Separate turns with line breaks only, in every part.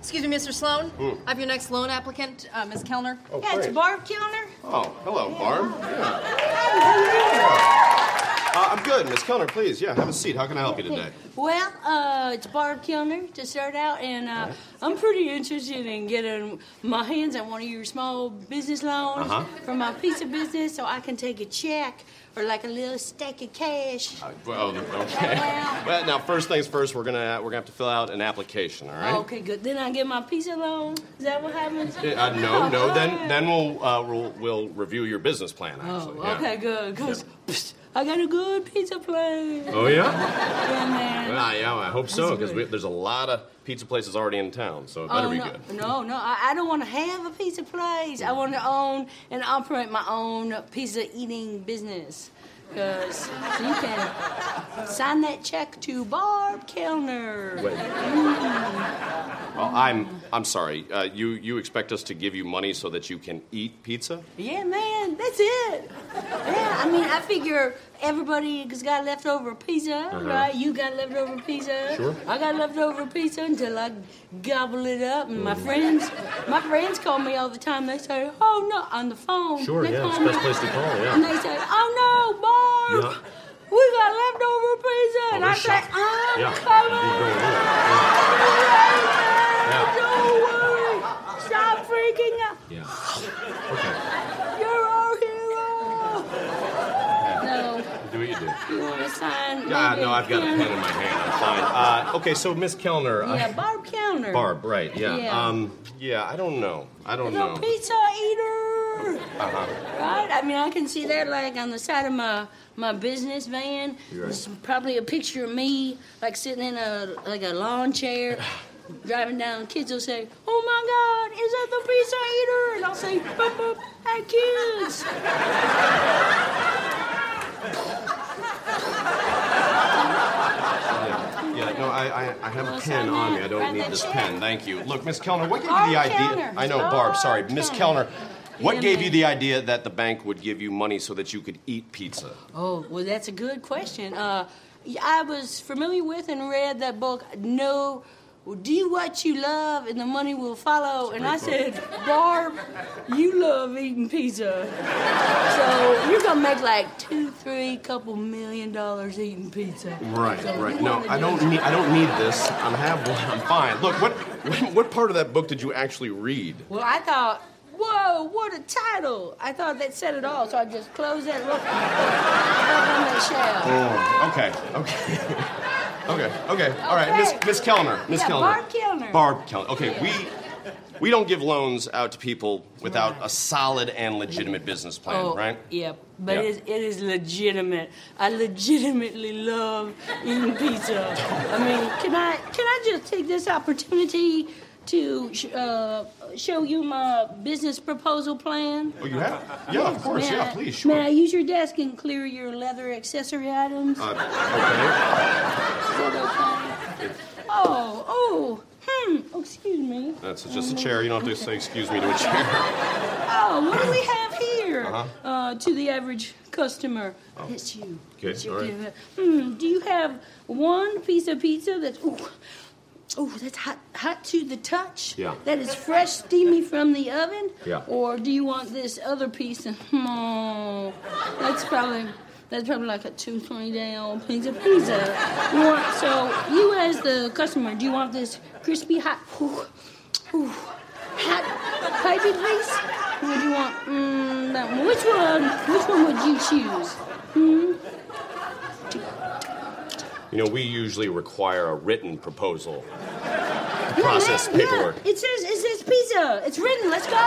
Excuse me, Mr. Sloan? I have your next loan applicant, uh, Ms. Kellner.
Oh,
Yeah, it's
great.
Barb Kellner.
Oh, hello, Barb. Yeah. Uh, I'm good, Miss Kellner. Please, yeah, have a seat. How can I help you today?
Well, uh, it's Barb Kellner to start out, and uh, I'm pretty interested in getting my hands on one of your small business loans
Uh-huh.
for my piece of business, so I can take a check or like a little stack of cash.
Uh, well, okay. Well, now, first things first. We're gonna we're gonna have to fill out an application. All right.
Okay, good. Then I get my piece of loan. Is that what happens?
Uh, no,
Oh,
no. Then
yeah.
then we'll uh, we'll, we'll review your business plan. Actually.
Oh, okay, good. Cause psst, I got a good pizza place.
Oh yeah.
Yeah, man.
Well, I- yeah, I hope so
That's
because
good.
there's a lot of pizza places already in town, so it better
Oh,
be
no,
good.
No, no, I, I don't want to have a pizza place. I want to own and operate my own pizza eating business. Because you can sign that check to Barb Kellner.
Wait. Well, I'm I'm sorry. Uh, you you expect us to give you money so that you can eat pizza?
Yeah, man, that's it. Yeah, I mean, I figure everybody's got leftover pizza, right? You got leftover pizza.
Uh-huh. Sure.
I got leftover pizza until I gobble it up, and my friends, my friends call me all the time. They say, "Oh no," on the phone. they call me.
to call.
And they say, oh no, Barb,
Yeah.
we got leftover pizza. and
we're
I say, "Ah,
shocked.
I'm
Yeah.
coming.
You're going over.
Right
Yeah.
now. Don't worry. Stop freaking out.
Yeah. Okay.
You're our hero. No,
Do what you do.
you want to sign?
Ah,
maybe
no, I've got a
Kim?
pen in my hand. I'm fine. Uh, okay, so Miss Kellner. uh,
Yeah, Barb Counter.
Barb, oh, right? Yeah.
Yeah.
Um, yeah. I don't know. I don't
No
know. Uh-huh.
pizza eater. Right? I mean, I can see that like on the side of my my business van.
You're right.
It's probably a picture of me like sitting in a like a lawn chair. Driving down, kids will say, "Oh my God, is that the pizza eater?" And I'll say, "Bup bup, hey kids!"
Yeah. No, I, I, I have a
Well,
pen
sign
on
that.
me. I don't
Write
need
that
this
check.
pen. Thank you. Look, Miss Kellner, what gave
Barb
you the idea?
Kellner.
I know, Barb.
Barb
Sorry, Miss
Kellner.
Kellner. What
Yeah,
gave
man.
you the idea that the bank would give you money so that you could eat pizza?
Oh, well, that's a good question. Uh, yeah, I was familiar with and read that book, No, Do What You Love and the Money Will Follow. And I said, Barb, you love eating pizza. So you're going to make like two, three couple million dollars eating pizza.
Right,
So
right.
you
No,
wanna
I
do
don't
it.
need. I don't need this. I'm have one. I'm fine. Look, what, what what part of that book did you actually read?
Well, I thought, whoa, what a title. I thought that said it all. So I just closed that book up on that shelf.
Oh, okay, okay. Okay. Okay. All right, Miss
Okay.
Miss Kellner. Miss
Yeah,
Kellner.
Barb Kellner.
Barb Kellner. Okay, we we don't give loans out to people without a solid and legitimate business plan,
Oh.
right?
Yeah, but
Yeah.
It, is, it is legitimate. I legitimately love eating pizza. I mean, can I can I just take this opportunity to sh- uh, show you my business proposal plan?
Oh, you have? Yeah, of course.
May
Yeah,
I-
please, sure.
May I use your desk and clear your leather accessory items?
Uh,
Is that okay? Oh, oh, hmm. Oh, excuse me.
okay. That's just a chair. You don't have to say excuse me to a chair.
Oh, what do we have here?
Uh-huh. Oh.
uh to the average customer, it's you.
Okay,
It's you.
all right.
Give it- Hmm, do you have one piece of pizza that's ooh, ooh, that's hot, hot to the touch?
Yeah.
That is fresh, steamy from the oven.
Yeah.
Or do you want this other piece? Of, oh, that's probably. That's probably like a two twenty day old pizza pizza. You want, so you as the customer, do you want this crispy hot, ooh, ooh, hot pipey piece? Or do you want mm, that one? Which one? Which one would you choose?
You know, we usually require a written proposal.
Yeah,
Process
yeah, yeah.
paperwork.
It says it says pizza. It's written. Let's go.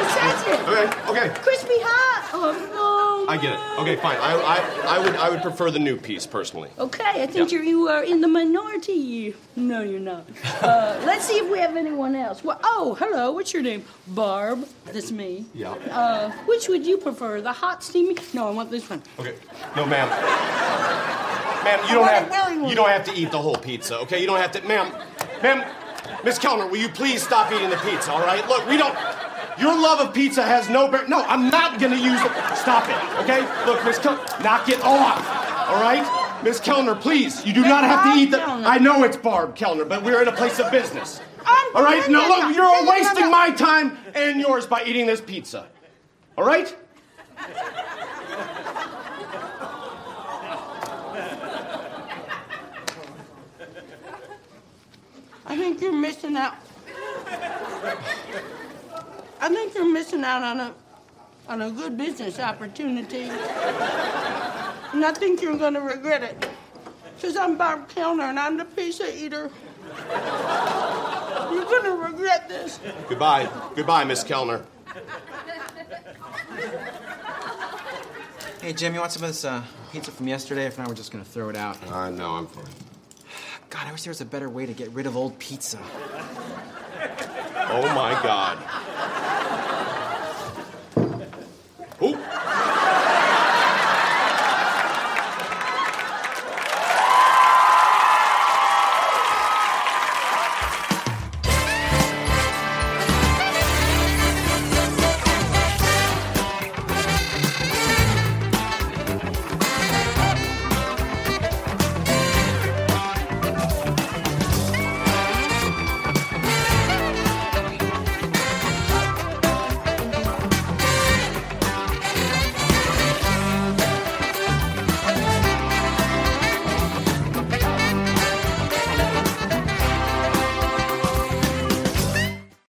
It says it.
Okay, okay.
Crispy hot. Oh, no.
I get it. Okay, fine. I, I, I would I would prefer the new piece personally.
Okay, I think
Yeah.
you're, you are in the minority. No, you're not. Uh, let's see if we have anyone else. Well, oh, hello. What's your name? Barb. That's me.
Yeah.
Uh, which would you prefer, the hot steamy? No, I want this one.
Okay. No, ma'am. Ma'am, you don't
want a
have
filling one.
you don't have to eat the whole pizza. Okay, you don't have to, ma'am. Ma'am, Miss Kellner, will you please stop eating the pizza? All right. Look, we don't. Your love of pizza has no bear. No, I'm not gonna use it. Stop it. Okay. Look, Miss Kellner, knock it off. All right. Miss Kellner, please. You do not have to
Barb
eat the.
Kellner.
I know it's Barb Kellner, but we're in a place of business. All right? No,
no, no.
look, you're
No, no,
wasting
no.
my time and yours by eating this pizza. All right?
I think you're missing out. I think you're missing out on a on a good business opportunity. And I think you're gonna regret it. Cause I'm Bob Kellner and I'm the pizza eater. You're gonna regret this.
Goodbye. Goodbye, Miss Kellner.
Hey, Jim, you want some of this uh, pizza from yesterday? If not, we're just gonna throw it out.
I know, I'm fine.
God, I wish there was a better way to get rid of old pizza.
Oh my God.